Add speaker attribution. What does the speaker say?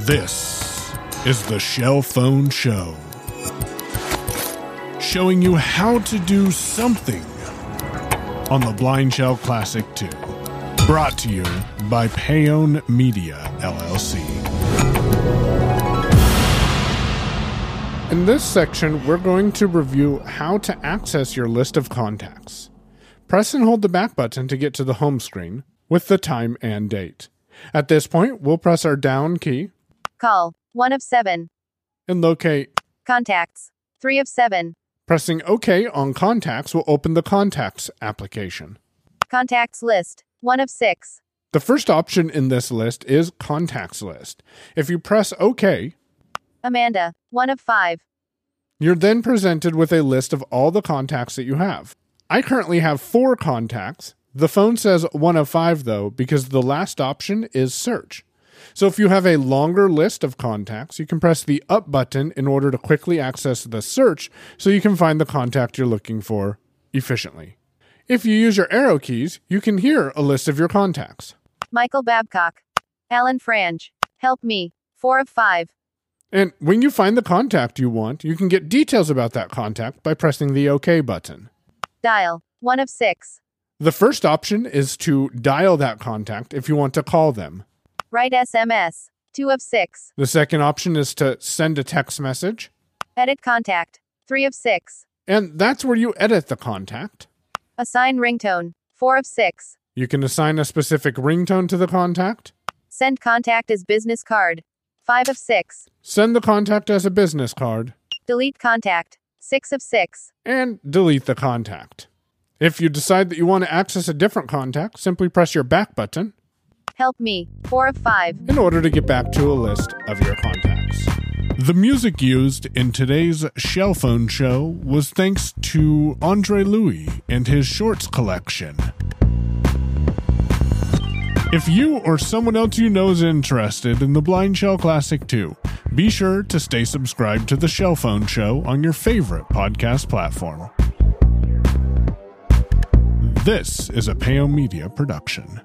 Speaker 1: This is the Shell Phone Show, showing you how to do something on the Blind Shell Classic 2. Brought to you by Payone Media, LLC. In this section, we're going to review how to access your list of contacts. Press and hold the back button to get to the home screen with the time and date. At this point, we'll press our down key
Speaker 2: Call. 1 of 7.
Speaker 1: and locate.
Speaker 2: Contacts. 3 of 7.
Speaker 1: Pressing OK on contacts will open the contacts application.
Speaker 2: Contacts list. 1 of 6.
Speaker 1: The first option in this list is contacts list. If you press OK,
Speaker 2: Amanda. 1 of 5.
Speaker 1: you're then presented with a list of all the contacts that you have. I currently have four contacts. The phone says one of five, though, because the last option is search. So if you have a longer list of contacts, you can press the up button in order to quickly access the search so you can find the contact you're looking for efficiently. If you use your arrow keys, you can hear a list of your contacts.
Speaker 2: Michael Babcock. Alan Frange. Help me. 4 of 5.
Speaker 1: And when you find the contact you want, you can get details about that contact by pressing the OK button.
Speaker 2: Dial. 1 of 6.
Speaker 1: The first option is to dial that contact if you want to call them.
Speaker 2: Write SMS. 2 of 6.
Speaker 1: The second option is to send a text message,
Speaker 2: Edit contact. 3 of 6.
Speaker 1: and that's where you edit the contact.
Speaker 2: Assign ringtone. 4 of 6.
Speaker 1: You can assign a specific ringtone to the contact,
Speaker 2: Send contact as business card. 5 of 6.
Speaker 1: send the contact as a business card,
Speaker 2: Delete contact. 6 of 6.
Speaker 1: and delete the contact. If you decide that you want to access a different contact, simply press your back button
Speaker 2: Help me. 4 of 5.
Speaker 1: in order to get back to a list of your contacts. The music used in today's Shell Phone Show was thanks to Andre Louis and his shorts collection. If you or someone else you know is interested in the Blind Shell Classic 2, be sure to stay subscribed to the Shell Phone Show on your favorite podcast platform. This is a Peo Media production.